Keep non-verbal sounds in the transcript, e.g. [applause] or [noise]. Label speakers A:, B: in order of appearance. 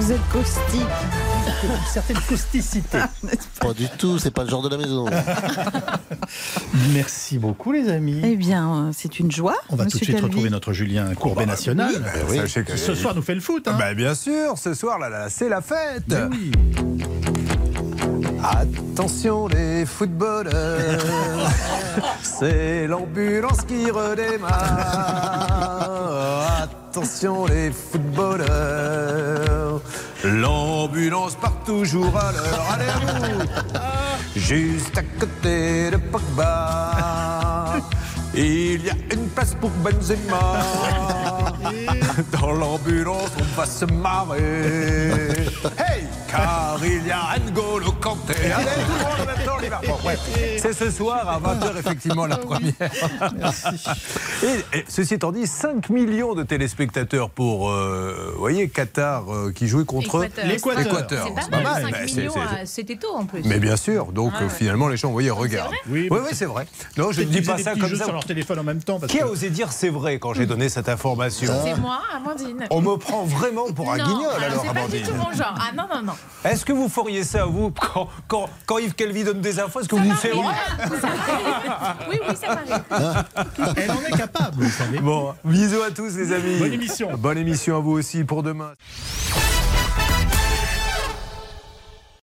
A: Vous êtes caustique.
B: Une certaine causticité.
C: Pas du tout, c'est pas le genre de la maison.
B: [laughs] Merci beaucoup, les amis.
A: Eh bien, c'est une joie.
B: On va
A: monsieur
B: tout de suite
A: Calvi.
B: retrouver notre Julien
D: Oh,
B: Courbet
D: bah,
B: national.
C: Eh oui.
D: Sachez que-
B: Ce soir nous fait le foot. Hein.
D: Bah, bien sûr, ce soir, là, là, c'est la fête.
B: Mais oui.
D: Attention les
B: [laughs]
D: footballeurs, c'est l'ambulance qui redémarre. Attention les footballeurs, l'ambulance part toujours à l'heure. Allez à
B: [laughs]
D: vous Juste à côté de Pogba, il y a une place
B: [laughs]
D: pour Benzema. Dans l'ambulance, on va se marrer. Hey Car il y a N'Golo Kanté. Allez, tout le monde en même temps, on y va. Bon, bref. C'est ce soir à
B: [laughs]
D: 20h, effectivement, la première. Et, et ceci étant dit, 5 millions de téléspectateurs pour, euh, vous voyez, Qatar euh, qui jouait contre
E: Équateur.
B: l'Équateur.
D: l'Équateur.
E: C'est pas
B: pas mal.
E: mal, 5
D: Bah, c'est-
E: millions,
D: c'est-
E: euh, c'était tôt en plus.
D: Mais bien sûr, donc
E: Ah
D: euh,
E: ouais.
D: finalement les gens, vous voyez, regardent.
B: Oui,
D: Oui,
B: mais-
D: oui, c'est vrai. Non, je ne
B: Peut-être
D: dis
B: qu'ils
D: pas
B: faisaient
D: ça
B: des petits
D: comme
B: jeux
D: ça.
B: sur leur téléphone en même temps. Parce
D: Qui
B: que-
D: a osé dire c'est vrai quand j'ai donné cette information
E: C'est moi, Amandine.
D: On me prend vraiment pour un
E: Non,
D: guignol
E: alors,
D: alors,
E: c'est pas du
D: Amandine.
E: tout mon genre. Ah non, non, non.
D: Est-ce que vous feriez ça, vous, quand, quand, quand Yves Calvi donne des infos Est-ce que vous
E: Ça
D: le faites
E: m'arrive. Ça m'arrive. Ah,
D: [laughs]
E: Oui, oui, ça m'arrive.
B: Elle en est capable, vous savez.
D: Bon, bisous à tous, les amis.
B: Bonne émission.
D: Bonne émission à vous aussi pour demain.